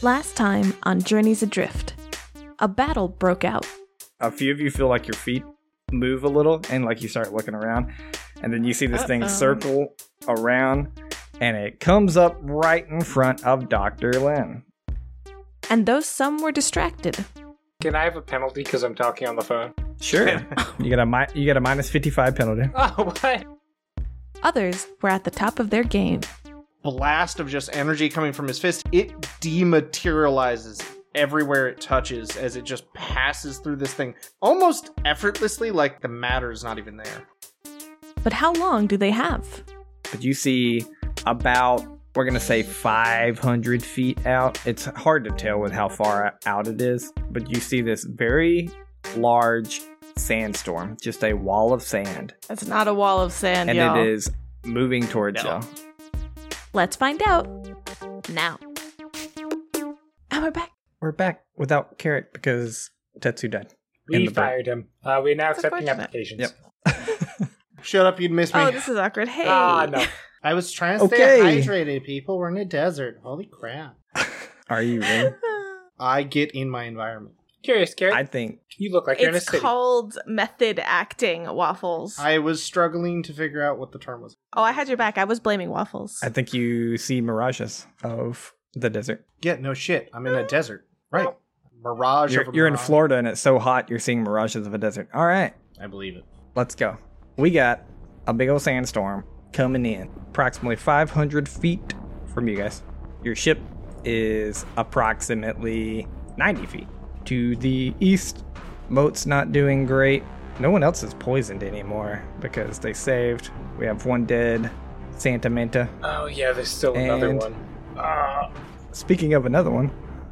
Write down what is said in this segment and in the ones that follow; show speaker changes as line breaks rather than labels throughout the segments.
Last time on Journeys Adrift, a battle broke out.
a few of you feel like your feet move a little and like you start looking around and then you see this
Uh-oh.
thing circle around and it comes up right in front of Dr. Lynn.
and though some were distracted,
Can I have a penalty because I'm talking on the phone?
Sure. you got a mi- you got a minus 55 penalty.
Oh, what?
others were at the top of their game.
blast of just energy coming from his fist, it dematerializes everywhere it touches as it just passes through this thing almost effortlessly, like the matter's not even there.
But how long do they have?
But you see about we're going to say 500 feet out. It's hard to tell with how far out it is, but you see this very large sandstorm, just a wall of sand,
That's not a wall of sand,
and
y'all.
it is moving towards
No.
you.
Let's find out now. And we're back.
We're back without carrot because Tetsu died. In
We
the break.
fired him. Uh, we're now accepting
unfortunate.
applications.
Yep.
Shut up, you'd miss me.
Oh, this is awkward. Hey.
Ah, no.
I was trying to
Okay.
stay hydrated, people. We're in a desert. Holy crap.
Are you ready?
I get in my environment.
Curious, Garrett.
I think
you look like you're in a
It's
city.
called method acting, Waffles.
I was struggling to figure out what the term was.
oh, I had your back. I was blaming Waffles.
I think you see mirages of the desert.
Yeah, no shit. I'm in a desert. Right. Mirage
You're,
of a
you're in
mirage.
Florida and it's so hot you're seeing mirages of a desert. All right,
I believe it.
let's go. We got a big old sandstorm coming in, approximately 500 feet from you guys. Your ship is approximately 90 feet to the east. Moat's not doing great. No one else is poisoned anymore because they saved. We have one dead. Santa Manta.
oh, yeah, there's still another
And-
one. Ah,
Speaking of another one,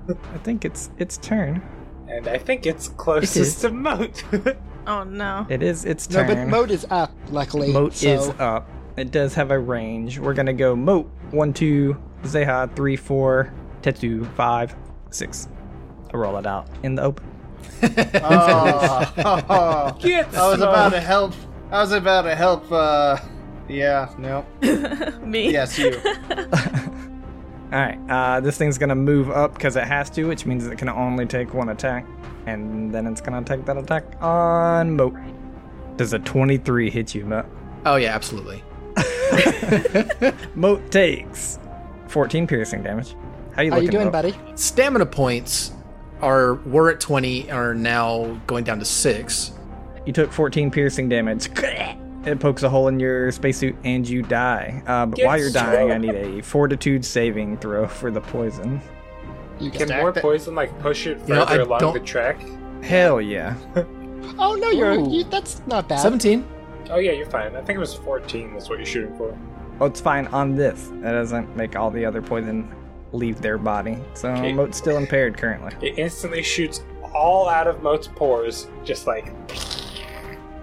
I think it's its turn.
and I think it's closest
is.
to Moat.
oh, no.
It is its
No,
turn.
but Moat is up, luckily.
Moat
so
is up. It does have a range. We're gonna go Moat one two, Zeha three four, Tetsu five six. I roll it out in the open.
Oh,
Get
I was about
smoked.
to help. I was about to help. Uh, yeah, no.
Me.
Yes, you.
All right, uh, this thing's gonna move up because it has to, which means it can only take one attack, and then it's gonna take that attack on Moat. Does a twenty-three hit you, Moat?
Oh yeah, absolutely.
Moat takes fourteen piercing damage. How you
how
looking?
you doing,
Moat?
buddy?
Stamina points are were at twenty, are now going down to six.
You took 14 piercing damage. It pokes a hole in your spacesuit and you die. Uh, but
Get
while you're dying, I
screwed.
need a fortitude saving throw for the poison.
You
Can
got-
Stack
more
that-
poison, like, push it further
know, I
along
don't-
the track?
Hell yeah.
Oh no, you're
Ooh.
you, that's not bad.
Seventeen.
Oh, yeah, you're fine. I think it was 14 is what you're shooting for.
Oh, it's fine on this. That doesn't make all the other poison leave their body. So
Okay.
Moat's still impaired currently.
It instantly shoots all out of Moat's pores, just like,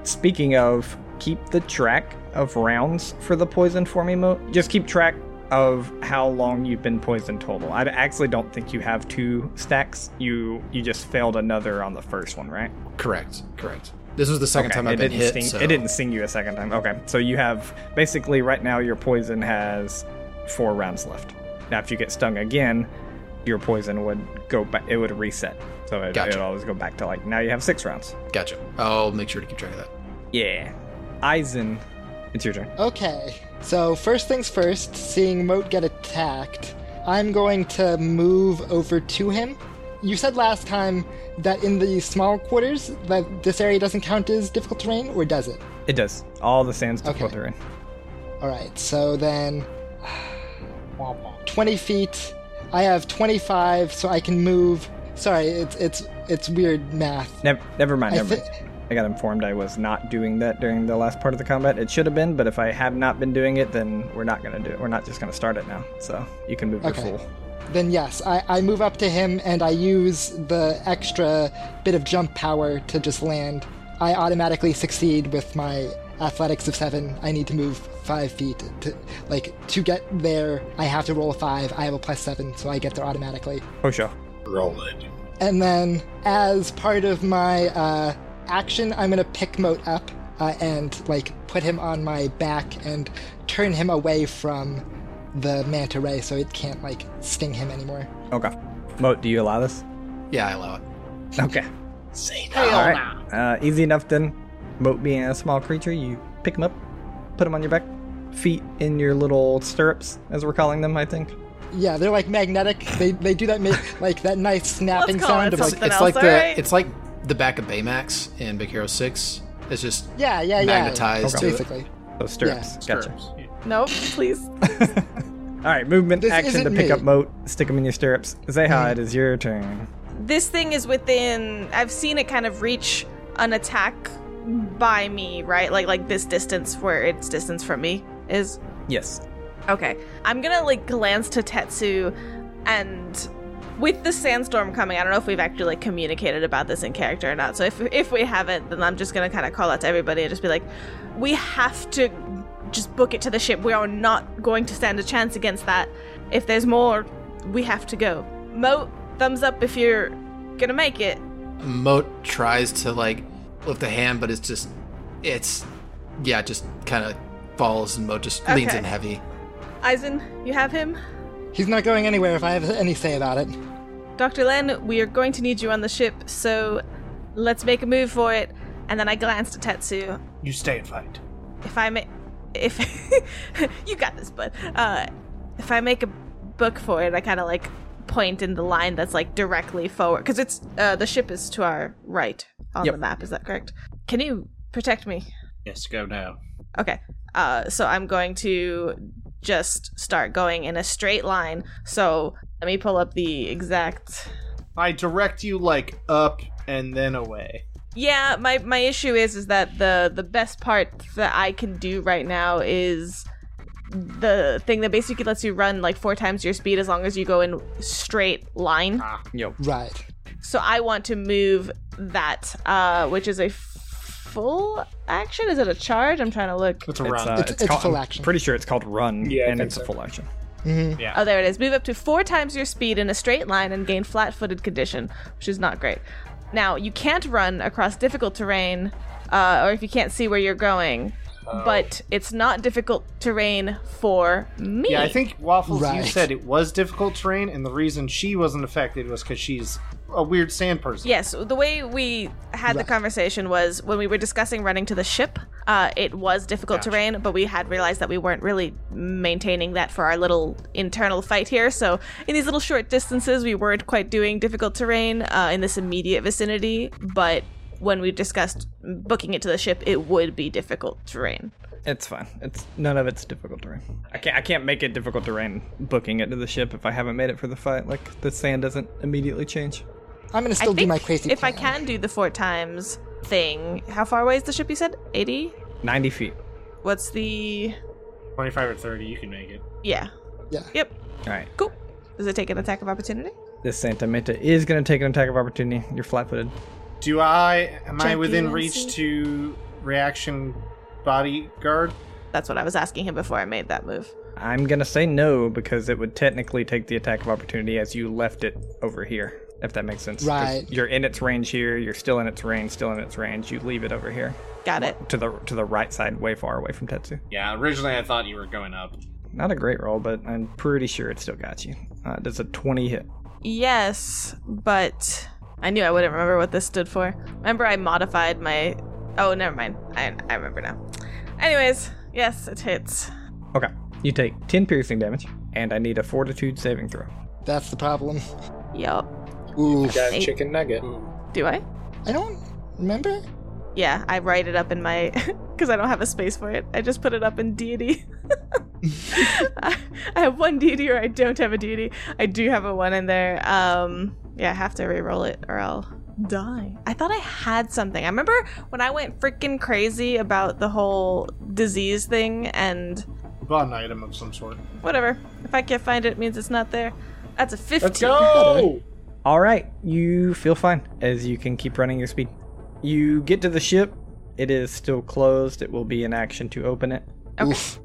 Speaking of, keep the track of rounds for the poison for me, Moat. Just keep track of how long you've been poisoned total. I actually don't think you have two stacks. You you just failed another on the first one, right?
Correct. Correct. This was the second
Okay,
time
it
I've been
didn't
hit.
sting,
so-
It didn't sting you a second time. Okay, so you have basically right now your poison has four rounds left. Now, if you get stung again, your poison would go back. It would reset, so it,
Gotcha.
it'd always go back to like now you have six rounds.
Gotcha. I'll make sure to keep track of that.
Yeah, Eisen, it's your turn.
Okay. So first things first, seeing Moat get attacked, I'm going to move over to him. You said last time that in the small quarters that this area doesn't count as difficult terrain, or does it?
It does all the sands to
Okay.
filter in.
All right. So then, 20 feet. I have 25, so I can move. Sorry, it's it's it's weird math.
Never, never mind.
I
Never.
thi-
mind. I got informed I was not doing that during the last part of the combat. It should have been, but if I have not been doing it, then we're not gonna do it. We're not just gonna start it now. So you can move
Okay.
your full.
Then yes, I, I move up to him and I use the extra bit of jump power to just land. I automatically succeed with my athletics of seven. I need to move five feet to like to get there. I have to roll a five. I have a plus seven, so I get there automatically.
Oh sure.
roll it.
And then, as part of my uh, action, I'm gonna pick Moat up uh, and like put him on my back and turn him away from the manta ray so it can't like sting him anymore.
Okay. Moat, do you allow this?
Yeah, I allow it.
Okay.
Say
Hell
All right.
nah.
Uh, easy enough then. Moat being a small creature, you pick him up, put him on your back, feet in your little stirrups, as we're calling them, I think.
Yeah, they're like magnetic. They they do that ma- like that nice snapping
call
sound
it
of
It's,
like
something
it's
else,
like the
alright?
it's like the back of Baymax in Big Hero Six. It's just
yeah yeah yeah
magnetized to it.
basically.
Those Oh, stirrups. Gotcha.
Stirrups.
Nope, please.
All right, movement
This
action to
isn't
pick
me.
up Moat, stick him in your stirrups. Zeha, it is your turn.
This thing is within. I've seen it kind of reach an attack by me, right? Like like this distance where its distance from me is.
Yes.
Okay. I'm gonna like glance to Tetsu and with the sandstorm coming, I don't know if we've actually like communicated about this in character or not. So if if we haven't, then I'm just gonna kinda call out to everybody and just be like, we have to just book it to the ship. We are not going to stand a chance against that. If there's more, we have to go. Moat, thumbs up if you're gonna make it.
Moat tries to like lift a hand, but it's just it's yeah, it just kind of falls, and Moat just leans
Okay.
in heavy.
Aizen, you have him?
He's not going anywhere if I have any say about it.
Dr. Len, we are going to need you on the ship, so let's make a move for it. And then I glanced at Tetsu.
You stay and fight.
If I make. If. you got this, bud. Uh, if I make a book for it, I kind of like point in the line that's like directly forward. Because it's. Uh, the ship is to our right on
Yep.
the map, is that correct? Can you protect me?
Yes, go now.
Okay. Uh, so I'm going to just start going in a straight line. So let me pull up the exact
I direct you like up and then away.
Yeah, my my issue is is that the the best part that I can do right now is the thing that basically lets you run like four times your speed as long as you go in straight line.
Yep.
Right.
So I want to move that, uh, which is a full action. Is it a charge? I'm trying to look.
It's a
It's,
run.
uh,
It's-
it's
it's
called-
full
I'm
action.
Pretty sure it's called run,
Yeah, I
and
think
it's a
so.
full action.
Oh, there it is. Move up to four times your speed in a straight line and gain flat footed condition, which is not great. Now, you can't run across difficult terrain uh, or if you can't see where you're going,
Oh.
but it's not difficult terrain for me.
yeah, I think Waffles, you
Right.
said it was difficult terrain, and the reason she wasn't affected was because she's a weird sand person.
Yes, the way we had the conversation was when we were discussing running to the ship, uh, it was difficult terrain, but we had realized that we weren't really maintaining that for our little internal fight here. So, in these little short distances, we weren't quite doing difficult terrain uh, in this immediate vicinity, but when we discussed booking it to the ship, it would be difficult terrain.
It's fine. It's none of it's difficult terrain. I can't. I can't make it difficult terrain booking it to the ship if I haven't made it for the fight. Like the sand doesn't immediately change.
I'm gonna
I
still do
think
my crazy.
if I
plan.
can do the four times thing, how far away is the ship? You said eighty.
Ninety feet.
What's the
25 or 30, you can make it.
yeah?
Yeah.
Yep.
All right.
Cool. Does it take an attack of opportunity?
This Santa Menta is going to take an attack of opportunity. You're flat-footed.
Do I am I
Jackie
within
Nancy.
reach to reaction bodyguard?
That's what I was asking him before I made that move.
I'm going to say no because it would technically take the attack of opportunity as you left it over here. If that makes sense. 'Cause
Right.
You're in its range here. You're still in its range. Still in its range. You leave it over here
Got it.
to the to the right side, way far away from Tetsu.
Yeah, originally I thought you were going up.
Not a great roll, but I'm pretty sure it still got you. Uh, does a 20 hit?
Yes, but I knew I wouldn't remember what this stood for. Remember, I modified my. Oh, never mind. I, I remember now. Anyways, yes, it hits.
Okay. You take 10 piercing damage, and I need a fortitude saving throw.
That's the problem.
Yup.
Ooh.
Got a
Eight.
chicken nugget.
Do I?
I don't remember.
Yeah, I write it up in my. Because I don't have a space for it. I just put it up in deity. I I have one deity or I don't have a deity. I do have a one in there. Um, yeah, I have to re-roll it or I'll die. I thought I had something. I remember when I went freaking crazy about the whole disease thing and
About an item of some sort.
whatever. If I can't find it, it means it's not there. That's a 15.
Let's go!
All right, you feel fine as you can keep running your speed. You get to the ship. It is still closed. It will be in action to open it.
Okay.
Oof.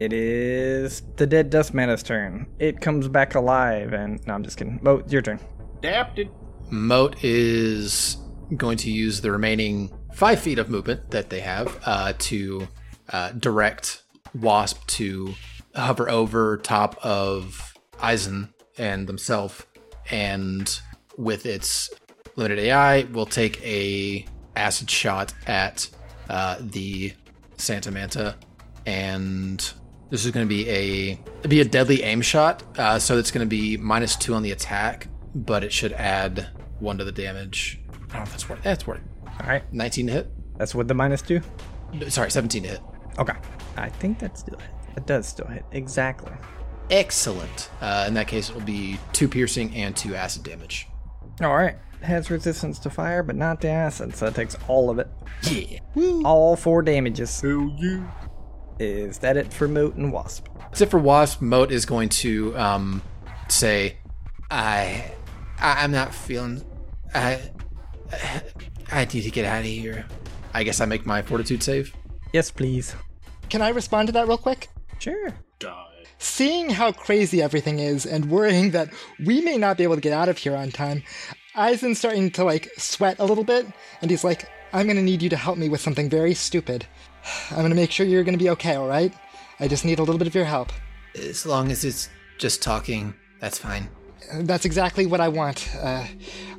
It is the dead dust man's turn. It comes back alive, and no, I'm just kidding. Mo, it's your turn.
Adapted.
Moat is going to use the remaining five feet of movement that they have uh, to uh, direct Wasp to hover over top of Eisen and themselves and with its limited AI, will take a acid shot at uh, the Santa Manta, and this is going to be a it'd be a deadly aim shot. Uh, so it's going to be minus two on the attack, but it should add one to the damage. I don't know if that's worth. That's worth.
All right.
Nineteen to hit.
That's with the minus two.
No, Sorry, seventeen to hit.
Okay. I think that's still hit. It does still hit. Exactly.
Excellent. Uh, in that case, it will be two piercing and two acid damage.
All right. Has resistance to fire, but not to acid, so it takes all of it.
Yeah.
All four damages.
Who you?
Is that it for Moat and Wasp?
That's it for Wasp. Moat is going to um, say, I, I, I'm not feeling. I, I need to get out of here. I guess I make my fortitude save.
Yes, please.
Can I respond to that real quick?
Sure.
Die.
Seeing how crazy everything is and worrying that we may not be able to get out of here on time, Aizen's starting to like sweat a little bit, and he's like, I'm gonna need you to help me with something very stupid. I'm gonna make sure you're gonna be okay, alright? I just need a little bit of your help.
As long as it's just talking, that's fine.
That's exactly what I want. Uh,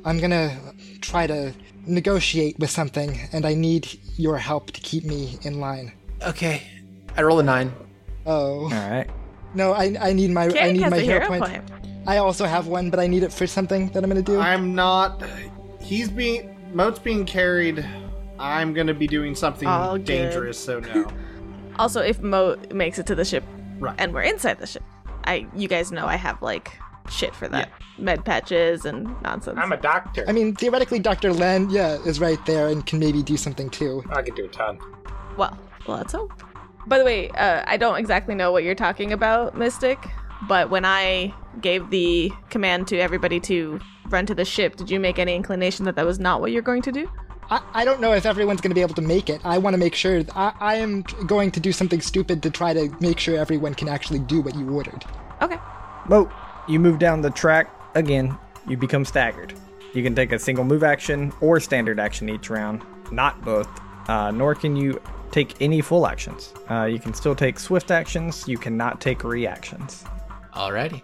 I'm gonna try to negotiate with something, and I need your help to keep me in line.
Okay. I roll a nine.
Oh
All right.
no, I, I need my I
Kanik
need
has
my
a
hero,
hero
point.
point.
I also have one, but I need it for something that I'm gonna do.
I'm not. He's being Moat's being carried. I'm gonna be doing something
All good.
dangerous, so no.
Also, if Mo makes it to the ship
Right.
and we're inside the ship, I you guys know I have like shit for that med patches and nonsense.
I'm a doctor.
I mean, theoretically, Dr. Len, yeah, is right there and can maybe do something too.
I could do a ton.
well, let's hope. By the way, uh, I don't exactly know what you're talking about, Mystic. But when I gave the command to everybody to run to the ship, did you make any inclination that that was not what you're going to do?
I, I don't know if everyone's going to be able to make it. I want to make sure. I, I am going to do something stupid to try to make sure everyone can actually do what you ordered.
Okay.
Moat, you move down the track again. You become staggered. You can take a single move action or standard action each round, not both. Uh, nor can you take any full actions. Uh, you can still take swift actions. You cannot take reactions.
Alrighty.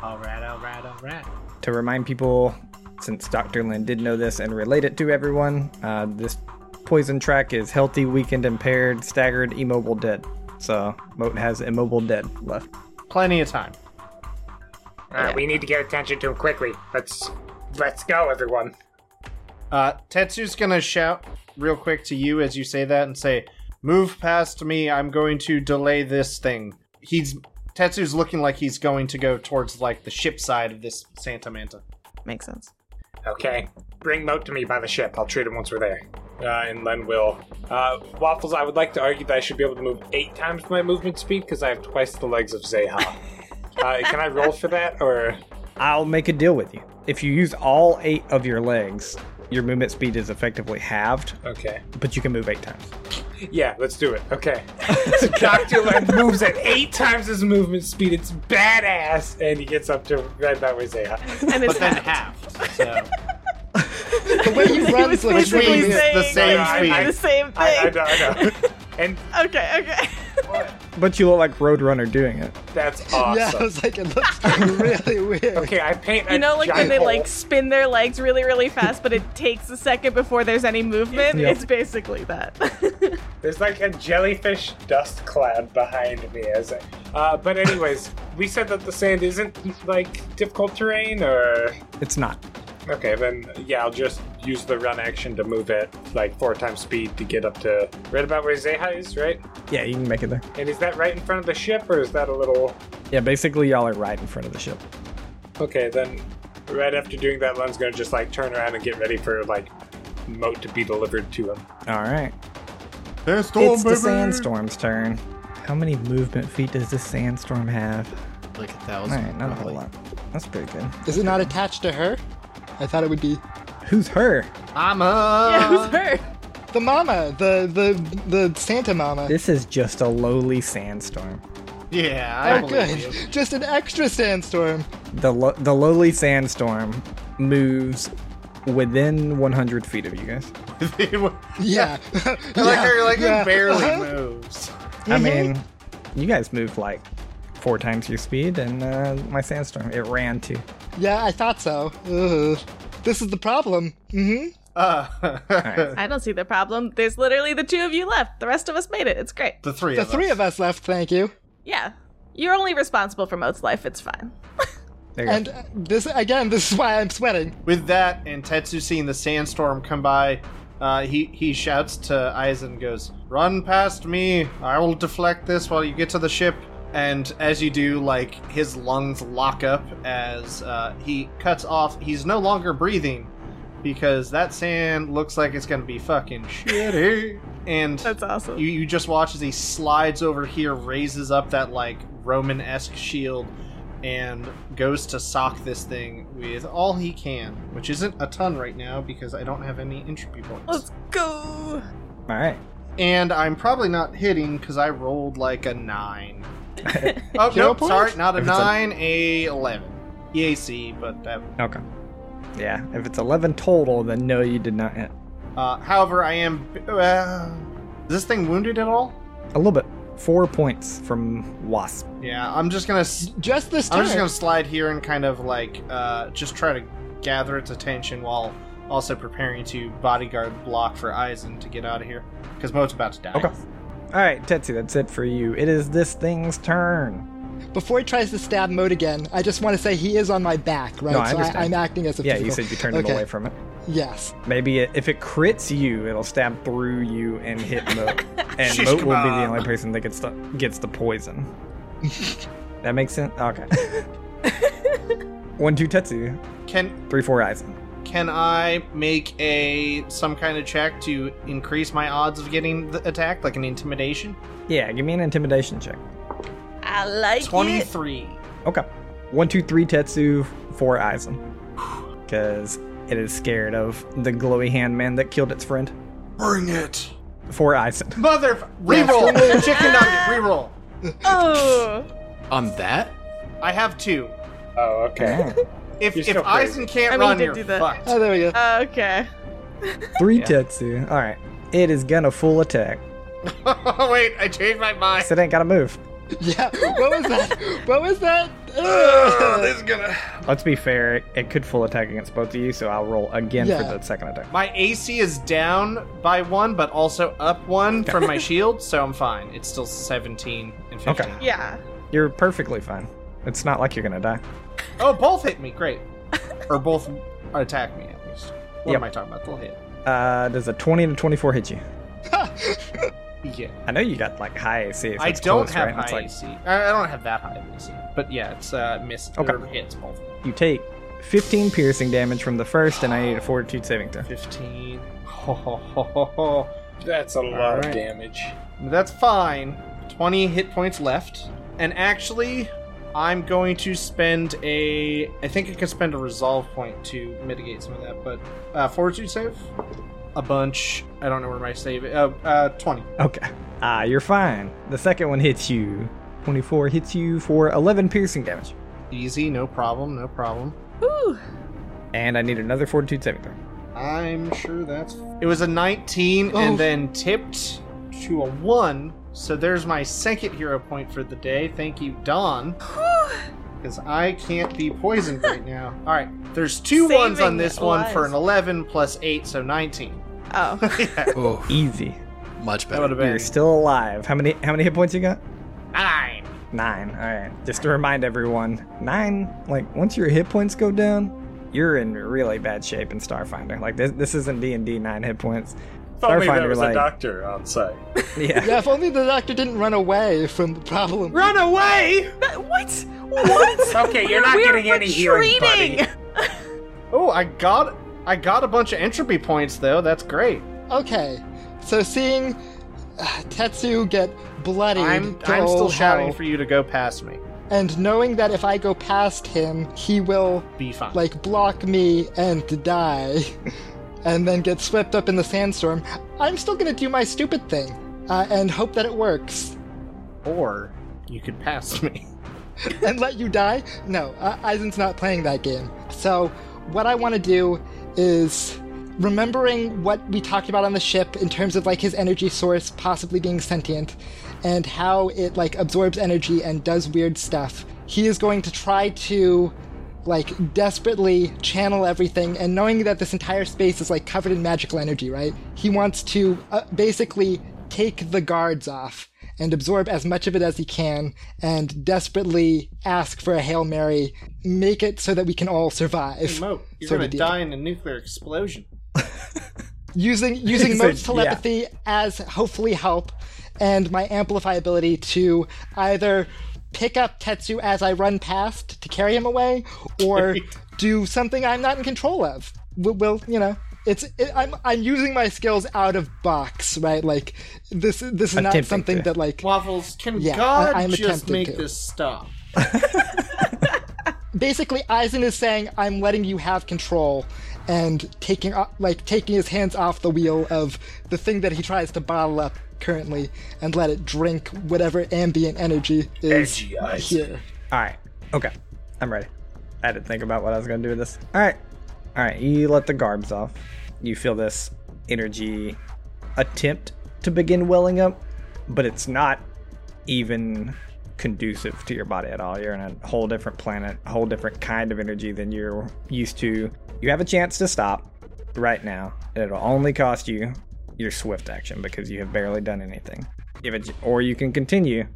All right, all right, all right.
to remind people, since Dr. Lin did know this and relate it to everyone, uh, this poison track is healthy, weakened, impaired, staggered, immobile, dead. So Moat has immobile dead left.
Plenty of time.
Uh, we need to get attention to him quickly. Let's let's go, everyone.
Uh, Tetsu's gonna shout real quick to you as you say that and say, "Move past me. I'm going to delay this thing." He's Tetsu's looking like he's going to go towards like the ship side of this Santa Manta.
Makes sense.
Okay. Bring Moat to me by the ship. I'll treat him once we're there. Uh, and Len will. Uh, Waffles, I would like to argue that I should be able to move eight times my movement speed because I have twice the legs of Zeha. uh, can I roll for that, or
I'll make a deal with you. If you use all eight of your legs, your movement speed is effectively halved,
okay?
but you can move eight times.
Yeah, let's do it. Okay. so Dr. Len moves at eight times his movement speed. It's badass. And he gets up to right about where Zeha.
And it's
Then
half.
half. So
The way you run is like
basically
really-
saying- the same speed.
the same thing.
I, I know, I know. And
Okay, okay.
But you look like Roadrunner doing it.
that's
Yeah, I
awesome.
was like, it looks really weird.
Okay, I paint a
You know, like when
giant
they
hole.
like spin their legs really, really fast, but it takes a second before there's any movement.
Yeah.
It's basically that.
There's like a jellyfish dust cloud behind me as I. Uh, but anyways, we said that the sand isn't like difficult terrain, or
It's not.
okay, then yeah, I'll just use the run action to move it like four times speed to get up to right about where Zeha is, right?
Yeah, you can make it there.
And is that right in front of the ship, or is that a little?
Yeah, basically y'all are right in front of the ship.
Okay, then right after doing that, Len's gonna just like turn around and get ready for like moat to be delivered to him.
All right.
Sandstorm,
it's the sandstorm's turn. How many movement feet does this sandstorm have?
Like a
All
thousand.
right, not a whole
probably.
lot. That's pretty good.
Is it not attached to her? I thought it would be
Who's her?
I'm up.
yeah, it was her.
the mama, the the the Santa mama.
This is just a lowly sandstorm.
Yeah, I
oh,
believe
good.
you.
Just an extra sandstorm.
The lo- the lowly sandstorm moves within 100 feet of you guys.
They were-
Yeah.
like how you're like
yeah.
it barely
Uh-huh.
moves.
I
Mm-hmm.
mean, you guys move like four times your speed, and uh, my sandstorm it ran too.
Yeah, I thought so. Ugh. This is the problem. hmm
Uh,
I don't see the problem. There's literally the two of you left. The rest of us made it. It's great.
the three
The
of
three
us.
of us left, thank you.
Yeah. You're only responsible for Moat's life. It's fine.
There you go.
And uh, this again, this is why I'm sweating.
With that, and Tetsu seeing the sandstorm come by, uh, he he shouts to Aizen, goes, "Run past me! I will deflect this while you get to the ship." And as you do, like his lungs lock up as uh, he cuts off. He's no longer breathing because that sand looks like it's gonna be fucking shitty. And
That's awesome.
you, you just watch as he slides over here, raises up that like Roman esque shield, and goes to sock this thing with all he can, which isn't a ton right now because I don't have any entropy points.
Let's go.
All right.
And I'm probably not hitting because I rolled like a nine. oh, nope,
points?
sorry, not a
If it's a-
nine, a 11. EAC, but that.
Okay. Yeah. If it's 11 total, then no, you did not hit.
Uh, however, I am. Uh, is this thing wounded at all?
A little bit. Four points from Wasp.
Yeah, I'm just gonna s-
Just this
I'm
turn.
just gonna slide here and kind of like uh, just try to gather its attention while also preparing to bodyguard block for Aizen to get out of here because Moat's about to die.
Okay. All right, Tetsu, that's it for you. It is this thing's turn.
Before he tries to stab Mode again, I just want to say he is on my back, right?
No, I
so
understand.
I, I'm acting as a
Yeah, you
physical-
said you turned
okay.
him away from it.
Yes.
Maybe it, if it crits you, it'll stab through you and hit Moat. and
Sheesh,
Moat will be the
kebab.
only person that gets the, gets the poison. that makes sense? Okay. One, two, Tetsu.
Can
Three, four, Aizen.
can I make a some kind of check to increase my odds of getting the attack, like an intimidation?
Yeah, give me an intimidation check.
I like
Twenty
it.
three.
Okay. One, two, three, Tetsu, four, Aizen. Because it is scared of the glowy hand man that killed its friend.
Bring it,
Four, Aizen.
mother. Reroll chicken nugget. Reroll.
Oh.
On that,
I have two.
Oh, okay.
If
You're
if
so crazy.
Aizen can't
I mean, you
run,
did
you're
do that.
fucked.
Oh, there we go.
Okay.
Three, Tetsu. All right. It is gonna full attack.
Wait, I changed my mind.
So it ain't gotta move.
yeah. What was that? What was that?
Ugh, this is gonna.
Let's be fair, it, it could full attack against both of you, so I'll roll again for
Yeah.
the second attack.
My AC is down by one, but also up one from my shield, so I'm fine. It's still 17 and 15.
Okay.
Yeah.
You're perfectly fine. It's not like you're gonna die.
Oh, both hit me. Great. or both attack me, at least. What
Yep.
am I talking about? They'll hit.
Uh, does a 20 and a 24 hit you?
Yeah.
I know you got like high AC. So
I
it's
don't
close,
have
right? It's
high
like
AC. I I don't have that high of AC. But yeah, it's uh, missed.
Okay.
Or hits both.
you take 15 piercing damage from the first, and I need a fortitude saving throw.
15. Ho, ho, ho, ho, ho.
That's a lot
Alright.
of damage.
That's fine. 20 hit points left. And actually, I'm going to spend a. I think I can spend a resolve point to mitigate some of that, but. Uh, fortitude save? A bunch. I don't know where my save is. Uh, uh, 20.
Okay. Ah, you're fine. The second one hits you. 24 hits you for 11 piercing damage.
Easy, no problem, no problem.
Ooh.
And I need another fortitude saving throw.
I'm sure that's. It was a 19
Oh.
and then tipped to a 1. So there's my second hero point for the day. Thank you, Don. Because I can't be poisoned right now. All right, there's two
Saving
ones on this one for
lives.
an 11 plus 8, so 19.
Oh.
that
oh,
Easy.
much better.
would have
You're
been
still alive. How many how many hit points you got?
nine.
Nine. All right. Just to remind everyone, nine. Like once your hit points go down, you're in really bad shape in Starfinder. Like this, this isn't D and D nine hit points.
If only
Starfinder,
there was
like-
a doctor on site.
Yeah.
Yeah, if only the doctor didn't run away from the problem.
Run away!
That- what? What?
Okay, you're not
We're
getting any healing, buddy.
retreating.
Oh, I got, I got a bunch of entropy points though. That's great.
Okay, so seeing uh, Tetsu get bloodied,
I'm,
to
I'm still
all
shouting
hell,
for you to go past me.
and knowing that if I go past him, he will
Be fine.
like block me and die, and then get swept up in the sandstorm, I'm still gonna do my stupid thing uh, and hope that it works
or you could pass me.
and let you die. No, uh, Eisen's not playing that game. So what I want to do is remembering what we talked about on the ship in terms of like his energy source possibly being sentient and how it like absorbs energy and does weird stuff he is going to try to like desperately channel everything and knowing that this entire space is like covered in magical energy, right? He wants to uh, basically take the guards off and absorb as much of it as he can and desperately ask for a Hail Mary, make it so that we can all survive.
Moat, you're
Sort
gonna
of deal.
die in a nuclear explosion.
using using
So,
Moat's telepathy as hopefully help, and my amplify ability to either pick up Tetsu as I run past to carry him away, or do something I'm not in control of. Will, will you know? It's it, I'm I'm using my skills out of box, right? Like this this is
Attempting
not something
to.
that like
Waffles, can
Yeah, I-
God
I'm
just
attempting
make
to.
this stop?
basically Eisen is saying I'm letting you have control and taking o- like taking his hands off the wheel of the thing that he tries to bottle up currently and let it drink whatever ambient energy is
Edgy Eisen.
here.
All right. Okay. I'm ready. I had to think about what I was going to do with this. All right. All right. You let the garbs off. You feel this energy attempt to begin welling up, but it's not even conducive to your body at all. You're in a whole different planet, a whole different kind of energy than you're used to. You have a chance to stop right now, and it'll only cost you your swift action because you have barely done anything. If it, or you can continue.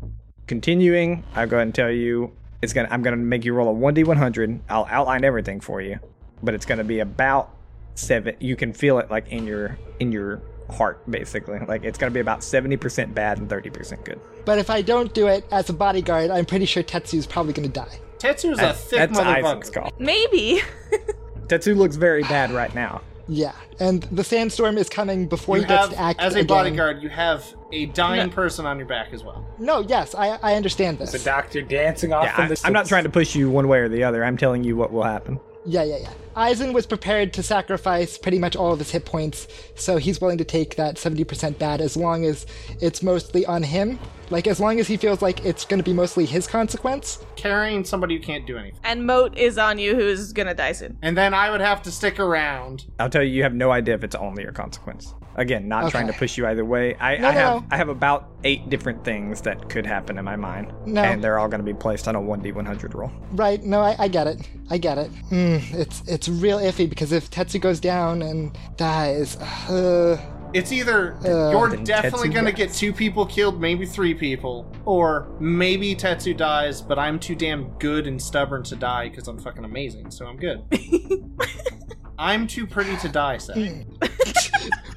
Continuing, I'll go ahead and tell you it's gonna. I'm gonna make you roll a 1d100. I'll outline everything for you, but it's gonna be about seven. You can feel it like in your in your heart, basically. Like it's gonna be about 70% bad and 30% good.
But if I don't do it as a bodyguard, I'm pretty sure Tetsu's probably going to die.
Tetsu's a thick
That's Isaac's
motherfucker.
call.
Maybe.
Tetsu looks very bad right now.
Yeah, and the sandstorm is coming before
You
he gets
have,
to act
as a
again.
bodyguard, you have a dying person on your back as well.
No, yes, I I understand this.
The doctor dancing off
Yeah,
from
I'm,
the
I'm not trying to push you one way or the other. I'm telling you what will happen.
Yeah, yeah, yeah. Eisen was prepared to sacrifice pretty much all of his hit points, so he's willing to take that 70% bad as long as it's mostly on him. Like, as long as he feels like it's going to be mostly his consequence.
Carrying somebody who can't do anything.
And Moat is on you, who's gonna die soon.
And then I would have to stick around.
I'll tell you, you have no idea if it's only your consequence. Again, not trying to
Okay.
push you either way. I,
No,
I have
no.
I have about eight different things that could happen in my mind,
No.
and they're all going to be placed on a one d one hundred roll.
Right, no, I, I get it. I get it. Mm, it's it's real iffy because if Tetsu goes down and dies, uh,
It's either you're
Then
definitely
Tetsu
going to
dies.
get two people killed, maybe three people, or maybe Tetsu dies, but I'm too damn good and stubborn to die because I'm fucking amazing, so I'm good. I'm too pretty to die, Seth.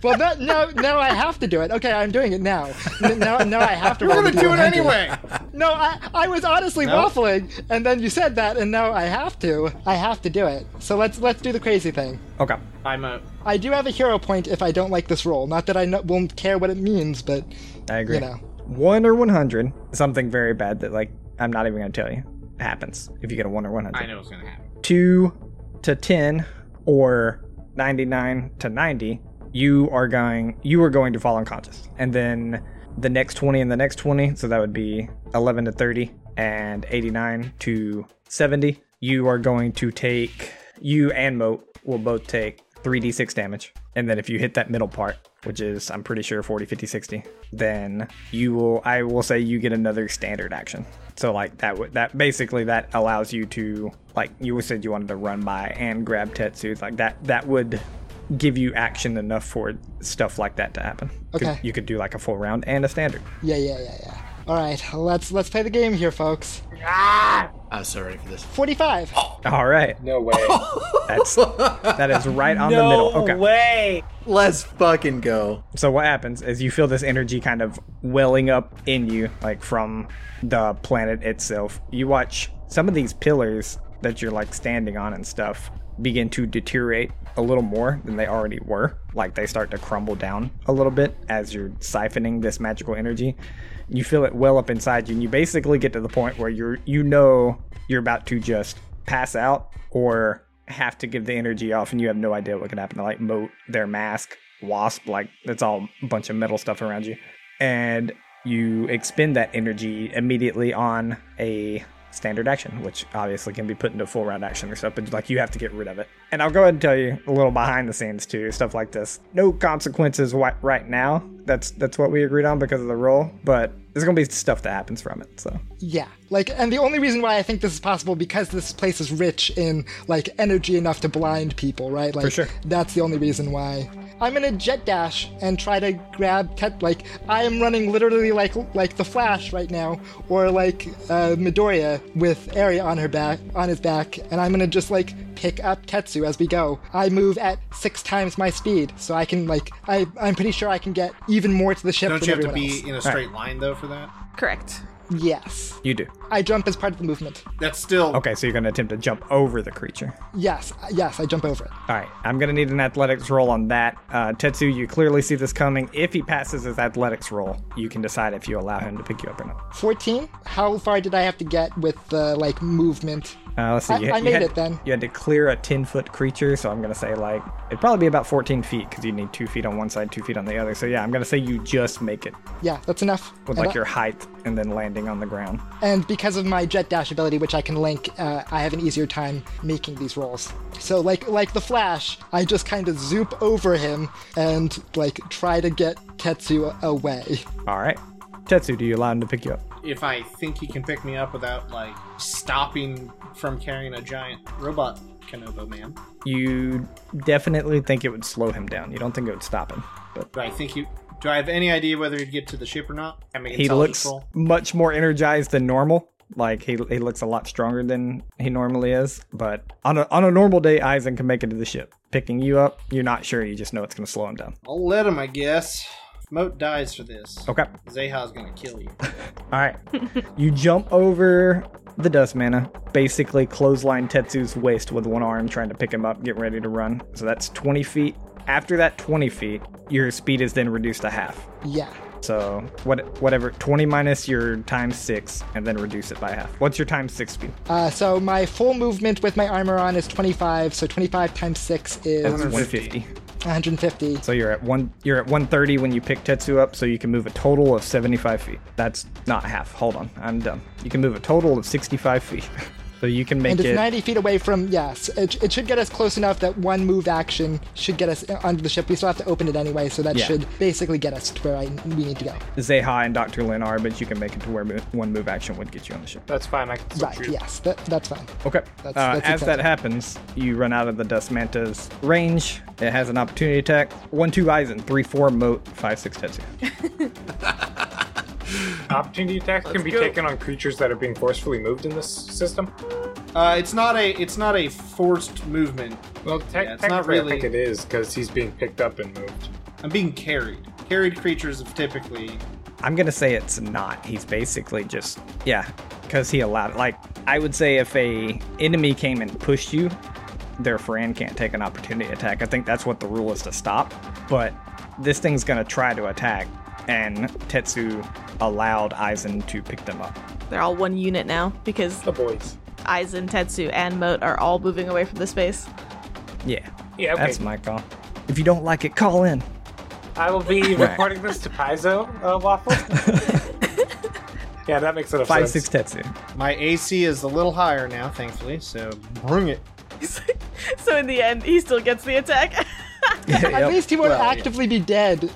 well, no, no, no, I have to do it. Okay, I'm doing it now. N- Now, now I have to.
You're
roll
going
the
to do it
D100.
anyway!
No, I, I was honestly
No?
waffling, and then you said that, and now I have to. I have to do it. So let's let's do the crazy thing.
Okay,
I'm a.
I do have a hero point if I don't like this role. Not that I no- won't care what it means, but
I agree.
you know,
One or one hundred, something very bad that like I'm not even going to tell you happens if you get a one or one
I
hundred.
know what's going to happen.
Two to ten or ninety nine to ninety, you are going you are going to fall unconscious, and then the next twenty and the next twenty, so that would be eleven to thirty and eighty nine to seventy. You are going to take you and Moat will both take 3d6 damage. And then if you hit that middle part, which is I'm pretty sure 40, 50, 60, then you will I will say you get another standard action. So like that would that basically that allows you to like you said you wanted to run by and grab Tetsu like that that would give you action enough for stuff like that to happen. 'Cause
Okay.
You could do like a full round and a standard.
yeah, yeah, yeah, yeah. All right, let's let's play the game here, folks.
I'm so ready for this.
Forty-five.
All right.
No way.
That's that is right on the middle. Okay.
way.
Let's fucking go.
So what happens is you feel this energy kind of welling up in you, like from the planet itself. You watch some of these pillars that you're like standing on and stuff begin to deteriorate a little more than they already were. Like they start to crumble down a little bit as you're siphoning this magical energy. You feel it well up inside you, and you basically get to the point where you're you know you're about to just pass out or have to give the energy off and you have no idea what can happen to like moat their mask wasp like that's all a bunch of metal stuff around you and you expend that energy immediately on a standard action which obviously can be put into full round action or stuff but like you have to get rid of it and i'll go ahead and tell you a little behind the scenes too stuff like this no consequences wi- right now that's that's what we agreed on because of the role but There's gonna be stuff that happens from it. So
Yeah. Like, and the only reason why I think this is possible because this place is rich in like energy enough to blind people, right? Like,
sure.
that's the only reason why. I'm gonna jet dash and try to grab Tet. Like, I am running literally like like the Flash right now, or like uh, Midoriya with Area on her back on his back, and I'm gonna just like pick up Tetsu as we go. I move at six times my speed, so I can like I I'm pretty sure I can get even more to the ship.
Don't
than
you have to
everyone
be in a straight line though for that?
Correct.
else. Yes,
you do.
I jump as part of the movement.
That's still
Okay, so you're gonna attempt to jump over the creature.
Yes, yes, I jump over it.
All right, I'm gonna need an athletics roll on that. Uh, Tetsu, you clearly see this coming. If he passes his athletics roll, you can decide if you allow him to pick you up or not.
14. How far did I have to get with the like movement?
Uh, let's see.
I-
you,
I
you
made
had,
it then.
You had to clear a 10 foot creature, so I'm going to say, like, it'd probably be about 14 feet because you need two feet on one side, two feet on the other. So, yeah, I'm going to say you just make it
Yeah, that's enough.
with,
and,
like,
I-
your height and then landing on the ground.
and because of my jet dash ability, which I can link, uh, I have an easier time making these rolls. So like like the Flash, I just kind of zoop over him and like try to get Tetsu away.
All right. Tetsu, do you allow him to pick you up?
if I think he can pick me up without like stopping from carrying a giant robot Kenobo man.
You definitely think it would slow him down. You don't think it would stop him. But
But I think he do I have any idea whether he'd get to the ship or not? I mean
he looks much more energized than normal. Like he, he looks a lot stronger than he normally is, but on a on a normal day, Aizen can make it to the ship. Picking you up, you're not sure. You just know it's going to slow him down.
I'll let him, I guess. If Moat dies for this.
Okay.
Zeha's gonna kill you.
All right. you jump over the dust mana, basically clothesline Tetsu's waist with one arm, trying to pick him up, get ready to run. So that's 20 feet. After that 20 feet, your speed is then reduced to half.
Yeah.
So what, whatever, 20 minus your times six, and then reduce it by half. What's your times six speed?
Uh, so my full movement with my armor on is 25. So 25 times six
That's
is
150.
150.
So you're at one, you're at 130 when you pick Tetsu up, so you can move a total of 75 feet. That's not half. Hold on, I'm dumb. You can move a total of 65 feet. so you can make
And it's
it.
90 feet away from, yes. It, it should get us close enough that one move action should get us under the ship. We still have to open it anyway, so that
Yeah.
should basically get us to where I, we need to go.
Zeha and Dr. Lin are, but you can make it to where mo- one move action would get you on the ship.
That's fine. I can still
Right,
shoot.
yes. That, that's fine.
Okay.
That's-
uh,
that's
as that
acceptable.
happens, you run out of the Dust Manta's range. It has an opportunity attack. 1 2 Aizen, 3 4 Moat, 5 6 Tetsu.
Opportunity attacks can be taken on creatures that are being forcefully moved in this system.
Uh, it's not a it's not a forced movement.
Well, te-
Yeah, it's
technically,
not
I
really-
think it is because he's being picked up and moved.
I'm being carried. Carried creatures have typically
I'm going to say it's not. He's basically just, yeah, because he allowed Like, I would say if a enemy came and pushed you, their friend can't take an opportunity attack. I think that's what the rule is to stop. But this thing's going to try to attack, and Tetsu allowed Aizen to pick them up.
They're all one unit now because
The boys.
Aizen, Tetsu, and Moat are all moving away from the space.
Yeah.
Yeah, okay.
That's my call. If you don't like it, call in.
I will be reporting this to Paizo uh, Waffle. yeah, that makes it a
Five
sense.
six Tetsu.
my AC is a little higher now, thankfully, so bring it.
so in the end, he still gets the attack.
At least he won't
Well, yeah.
actively be dead.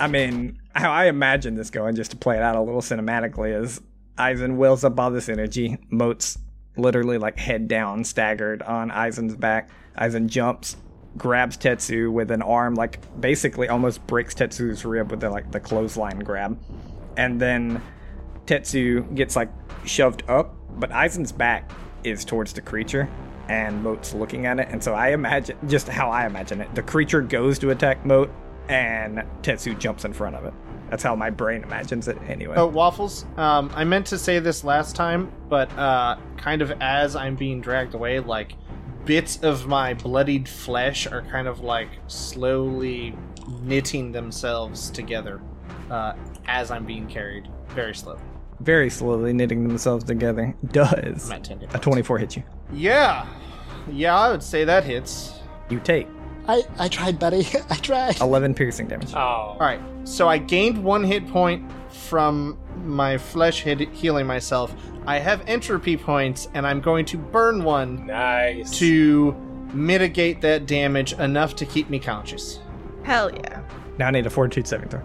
I mean, how I imagine this going, just to play it out a little cinematically, is Aizen wills up all this energy. Moat's literally like head down, staggered on Aizen's back. Aizen jumps, grabs Tetsu with an arm, like basically almost breaks Tetsu's rib with the like the clothesline grab, and then Tetsu gets like shoved up, but Aizen's back is towards the creature and Moat's looking at it. And so I imagine just how I imagine it. The creature goes to attack Moat and Tetsu jumps in front of it. That's how my brain imagines it anyway.
Oh, waffles. Um, I meant to say this last time, but uh, kind of as I'm being dragged away, like bits of my bloodied flesh are kind of like slowly knitting themselves together uh, as I'm being carried, very slow.
Very slowly knitting themselves together. Does a 24 hit you?
Yeah, yeah, I would say that hits.
You take
I, I tried, buddy. I tried.
11 piercing damage.
Oh,
All right, so I gained one hit point from my flesh hit- healing myself. I have entropy points, and I'm going to burn one
nice.
to mitigate that damage enough to keep me conscious.
Hell yeah.
Now I need a fortitude saving throw.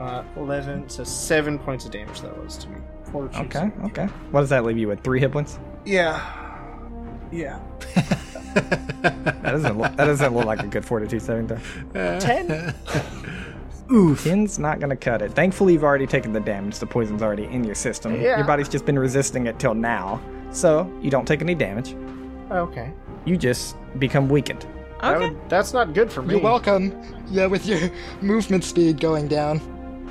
Uh, 11, so 7 points of damage that was to me. Poor Jesus.
Okay, okay. What does that leave you with? Three hit points?
Yeah. Yeah.
That doesn't look, that doesn't look like a good fortitude saving throw.
Ten.
Ten's not gonna cut it. Thankfully, you've already taken the damage. The poison's already in your system. Your body's just been resisting it till now, so you don't take any damage.
Okay.
You just become weakened.
That would- that's not good for me.
You're welcome. Yeah, with your movement speed going down.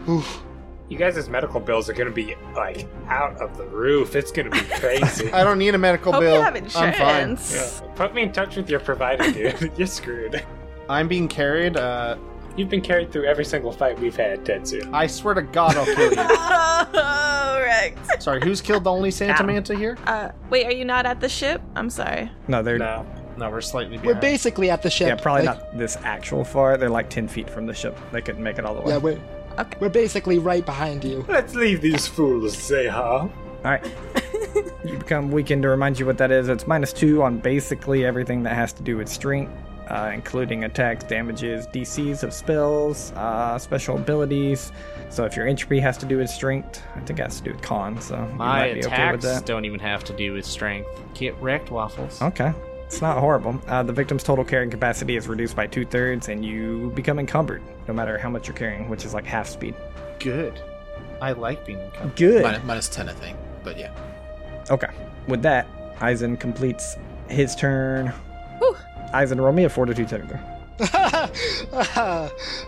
Oof.
You guys' medical bills are gonna be like out of the roof. It's gonna be crazy.
I don't need a medical
Hope
bill.
you have
I'm fine.
insurance.
Yeah. Put me in touch with your provider, dude. You're screwed.
I'm being carried. Uh,
You've been carried through every single fight we've had, Tetsu.
I swear to God, I'll kill you.
Oh, right.
Sorry, who's killed the only Santa Manta here?
Uh, wait, are you not at the ship? I'm sorry.
No, they're
No.
No, we're slightly
We're
behind.
basically at the ship.
yeah, probably
like-
not this actual far. They're like ten feet from the ship. They couldn't make it all the way.
Yeah, we're,
Okay.
we're basically right behind you.
Let's leave these fools, say huh?
All right. you become weakened to remind you what that is. It's minus two on basically everything that has to do with strength, uh, including attacks, damages, DCs of spells, uh, special abilities. So if your entropy has to do with strength, I think it has to do with con. So you
My
might be okay with
attacks
that.
don't even have to do with strength. Get wrecked, waffles.
Okay. It's not horrible. Uh, the victim's total carrying capacity is reduced by two thirds, and you become encumbered, no matter how much you're carrying, which is like half speed.
Good. I like being in
Good.
minus, minus ten, I think. But yeah.
Okay. With that, Aizen completes his turn.
Whew.
Aizen, roll me a fortitude saving throw.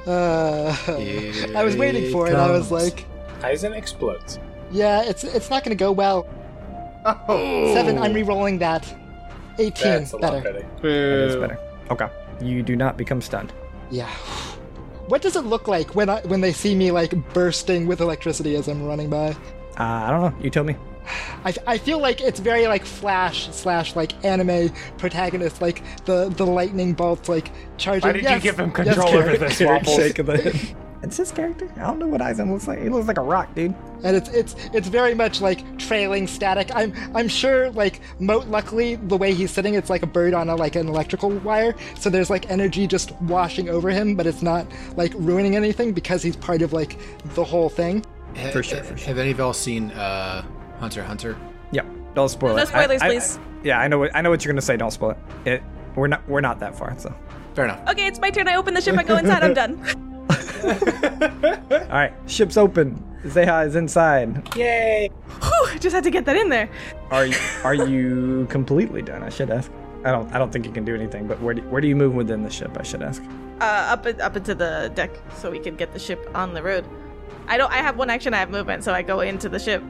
uh, I was waiting
Here
for it. I was
comes.
like,
Aizen explodes.
Hmm, yeah, it's it's not going to go well.
Oh,
Seven, I'm re-rolling that. 18,
That's a
better.
lot better.
That is better. Okay. You do not become stunned.
Yeah. What does it look like when I when they see me like bursting with electricity as I'm running by?
Uh, I don't know. You tell me.
I, I feel like it's very like flash slash like anime protagonist like the the lightning bolts like charging.
Why did you
Yes,
give him
yes,
control over
Garrett.
this, Waffles?
of the head. It's his character. I don't know what Aizen looks like. He looks like a rock, dude.
and it's it's it's very much like trailing static. I'm I'm sure like Moat. Luckily, the way he's sitting, it's like a bird on a like an electrical wire. So there's like energy just washing over him, but it's not like ruining anything because he's part of like the whole thing.
Ha-
For sure,
ha-
for sure.
Have any of y'all seen uh, Hunter x Hunter?
Yeah. Don't spoil
No
it. I-
spoilers,
I-
please.
yeah, I know. What, I know what you're gonna say. Don't spoil it. It. We're not. We're not that far. So.
Fair enough.
Okay, it's my turn. I open the ship. I go inside. I'm done.
All right. Ship's open. Zeha is inside.
Whew, just had to get that in there.
Are you, Are you completely done? I should ask. I don't. I don't think you can do anything. But where do, Where do you move within the ship? I should ask.
Uh, up in- up into the deck so we can get the ship on the road. I don't. I have one action. I have movement, so I go into the ship.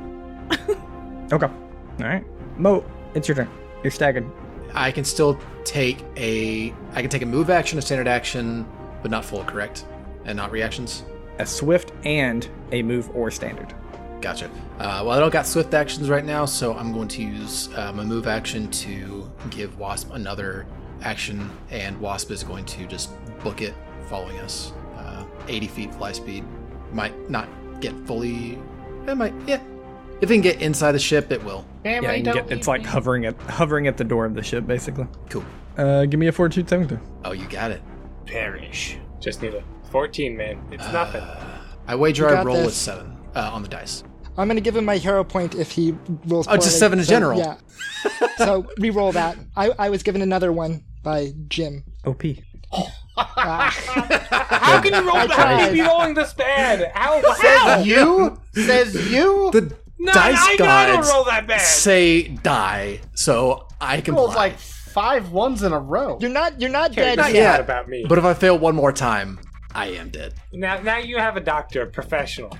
Okay. All right. Mo, it's your turn. You're staggered.
I can still take a I can take a move action, a standard action, but not full, correct? And not reactions.
A swift and a move or standard.
Gotcha. Uh, well, I don't got swift actions right now, so I'm going to use uh, my move action to give Wasp another action, and Wasp is going to just book it, following us, uh, 80 feet fly speed. Might not get fully. It might, yeah. If it can get inside the ship, it will.
yeah, you can get, it's like hovering at hovering at the door of the ship, basically.
Cool.
Uh, give me a fortitude saving throw.
Oh, you got it.
Perish.
Just need a 14, man. It's nothing.
Uh, I wager
You
I
got
roll with
this.
seven uh, on the dice.
I'm gonna give him my hero point if he rolls.
Oh, just
poorly.
seven in
So,
general.
Yeah. so re-roll that. I, I was given another one by Jim.
OP.
How can you roll
that? How can you be
rolling this bad? How? how?
you says you.
The dice
I gotta
gods
roll that bad.
say die, so I can.
rolled like five ones in a row.
You're not you're not dead
Not
yet.
yet. about me.
But if I fail one more time, I am dead.
Now, now you have a doctor, a professional,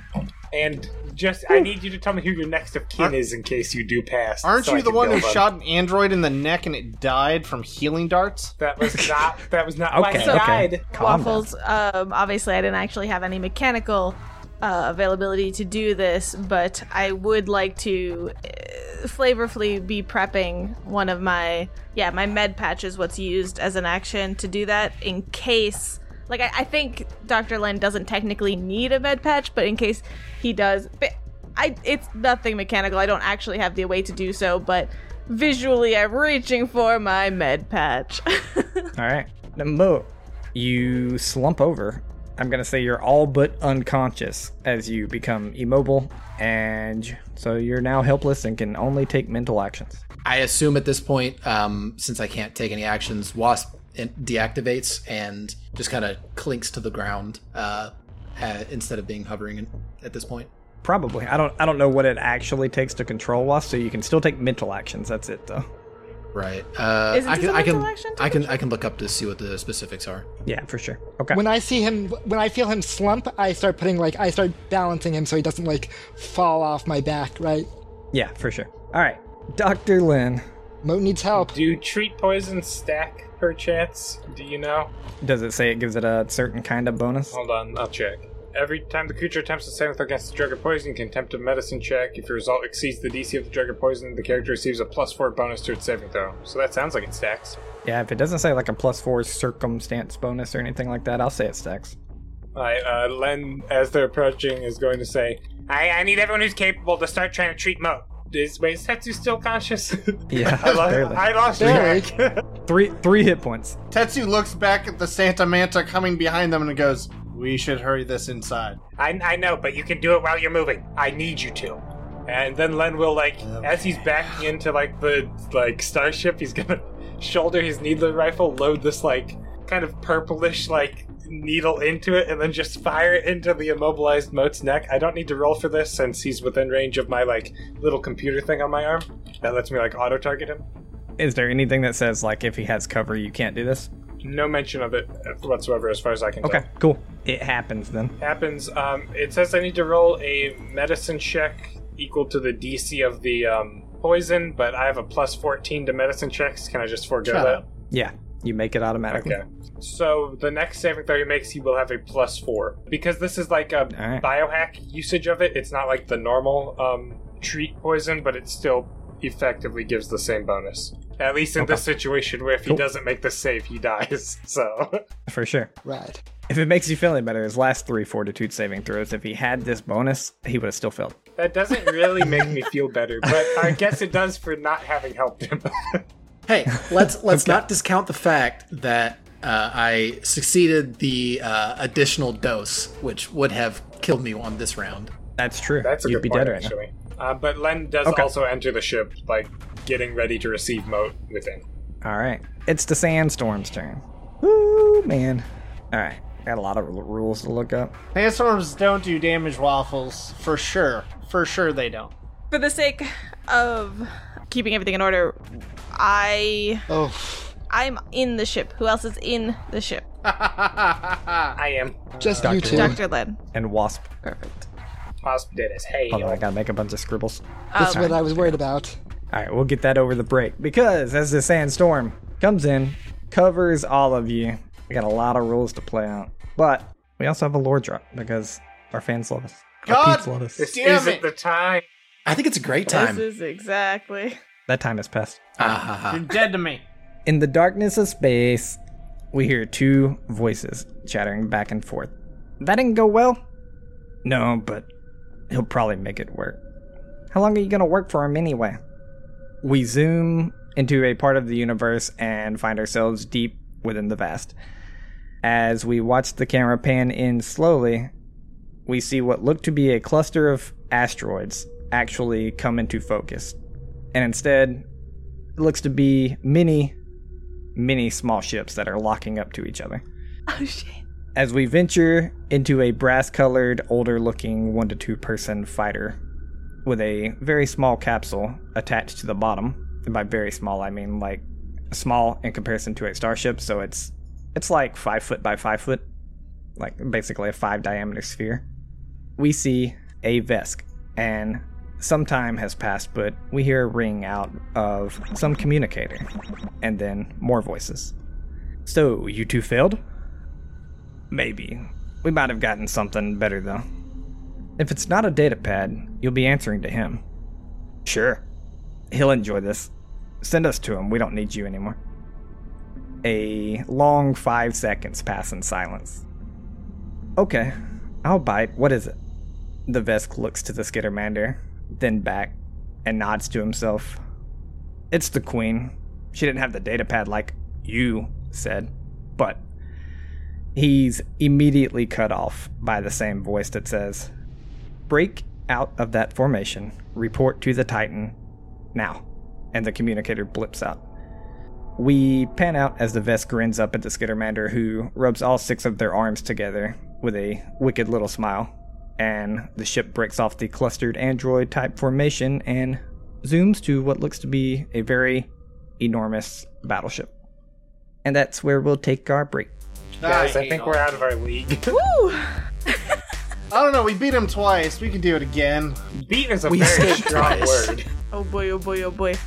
and just I need you to tell me who your next of kin is in case you do pass.
Aren't
so I
you the
can
one who
build on-
shot an android in the neck and it died from healing darts?
That was not. That was not. why
Okay,
he
okay.
died.
Calm down.
Waffles. Um, obviously, I didn't actually have any mechanical uh, availability to do this, but I would like to uh, flavorfully be prepping one of my yeah my med patch is what's used as an action to do that in case. Like I, I think Dr. Len doesn't technically need a med patch, but in case he does, but I it's nothing mechanical. I don't actually have the way to do so, but visually I'm reaching for my med patch.
All right. Now, Mo, you slump over I'm gonna say you're all but unconscious as you become immobile, and so you're now helpless and can only take mental actions.
I assume at this point, um, since I can't take any actions, Wasp in- deactivates and just kind of clinks to the ground uh, uh, instead of being hovering in- at this point.
Probably. I don't. I don't know what it actually takes to control wasp. So you can still take mental actions. That's it, though.
Right. Uh,
Is it
I
just
can.
a
I can.
mental action
I can. I can look up to see what the specifics are.
Yeah, for sure. Okay.
When I see him, when I feel him slump, I start putting like I start balancing him so he doesn't like fall off my back. Right?
yeah, for sure. All right, Doctor Lin.
Moat needs help.
Do treat poison stack perchance? Do you know?
Does it say it gives it a certain kind of bonus?
Hold on, I'll check. Every time the creature attempts a saving throw against the drug or poison, can attempt a medicine check. If your result exceeds the DC of the drug or poison, the character receives a plus four bonus to its saving throw. So that sounds like it stacks.
Yeah, if it doesn't say like a plus four circumstance bonus or anything like that, I'll say it stacks.
Alright, uh, Len, as they're approaching, is going to say, I, I need everyone who's capable to start trying to treat Mo. Is, wait, is Tetsu still conscious?
Yeah,
I, lost,
barely.
I lost
Barely.
track.
three three hit points.
Tetsu looks back at the Santa Manta coming behind them and goes, We should hurry this inside.
I, I know, but you can do it while you're moving. I need you to. And then Len will like, as he's backing into like the like starship, he's gonna shoulder his needler rifle, load this like kind of purplish like needle into it, and then just fire it into the immobilized moat's neck. I don't need to roll for this since he's within range of my like little computer thing on my arm that lets me like auto target him.
Is there anything that says like if he has cover, you can't do this?
No mention of it whatsoever, as far as I can tell.
Okay, cool. It happens then.
happens. Um, it says I need to roll a medicine check equal to the DC of the um, poison, but I have a plus 14 to medicine checks. Can I just forego
Shut
that?
up.
Yeah, you make it automatically.
Okay. So the next saving throw he makes, he will have a plus four because this is like a
Alright.
biohack usage of it. It's not like the normal um, treat poison, but it still effectively gives the same bonus. At least in this situation, where if
Cool.
he doesn't make the save, he dies. So
For sure.
Right.
If it makes you feel any better, his last three fortitude saving throws, if he had this bonus, he would have still failed.
That doesn't really make me feel better, but I guess it does for not having helped him.
Hey, let's let's not discount the fact that uh, I succeeded the uh, additional dose, which would have killed me on this round.
That's true.
That's a
You'd
good
be
point,
dead right now.
actually. Uh, but Len does
Okay.
also enter the ship, like getting ready to receive Moat within.
All right. It's the sandstorm's turn. Woo, man. All right. Got a lot of r- rules to look up.
Sandstorms don't do damage waffles, for sure. For sure they don't.
For the sake of keeping everything in order, I
Oh,
I'm in the ship. Who else is in the ship?
I am.
just you two.
Dr. Len.
And Wasp.
Perfect.
Wasp Dennis. Hey.
Hold on, I gotta make a bunch of scribbles.
That's what I was worried about.
All right, we'll get that over the break because as the sandstorm comes in, covers all of you. We got a lot of rules to play out, but we also have a lore drop because our fans love us. Our
God!
peeps love us.
This
Damn
isn't
it.
the time.
I think it's a great
This
time.
is exactly.
That time has passed.
Ah, ha, ha.
You're dead to me.
In the darkness of space, we hear two voices chattering back and forth. That didn't go well. No, but he'll probably make it work. How long are you going to work for him anyway? We zoom into a part of the universe and find ourselves deep within the vast. As we watch the camera pan in slowly, we see what looked to be a cluster of asteroids actually come into focus. And instead, it looks to be many, many small ships that are locking up to each other.
Oh shit.
As we venture into a brass colored, older looking one to two person fighter with a very small capsule attached to the bottom. And by very small, I mean like small in comparison to a starship, so it's it's like five foot by five foot, like basically a five diameter sphere. We see a Vesk, and some time has passed, but we hear a ring out of some communicator, and then more voices. So, you two failed? Maybe. We might have gotten something better, though. If it's not a data pad, you'll be answering to him. Sure. He'll enjoy this. Send us to him. We don't need you anymore. A long five seconds pass in silence. Okay, I'll bite. What is it? The Vesk looks to the Skittermander, then back, and nods to himself. It's the Queen. She didn't have the data pad like you said, but He's immediately cut off by the same voice that says, Break out of that formation, report to the Titan now. And the communicator blips out. We pan out as the vest grins up at the Skittermander, who rubs all six of their arms together with a wicked little smile. And the ship breaks off the clustered android type formation and zooms to what looks to be a very enormous battleship. And that's where we'll take our break.
Guys, I think we're out of our league.
I don't know. We beat him twice. We can do it again.
Beat is a
We
very
escaped
strong
twice.
word.
Oh boy, oh boy, oh boy.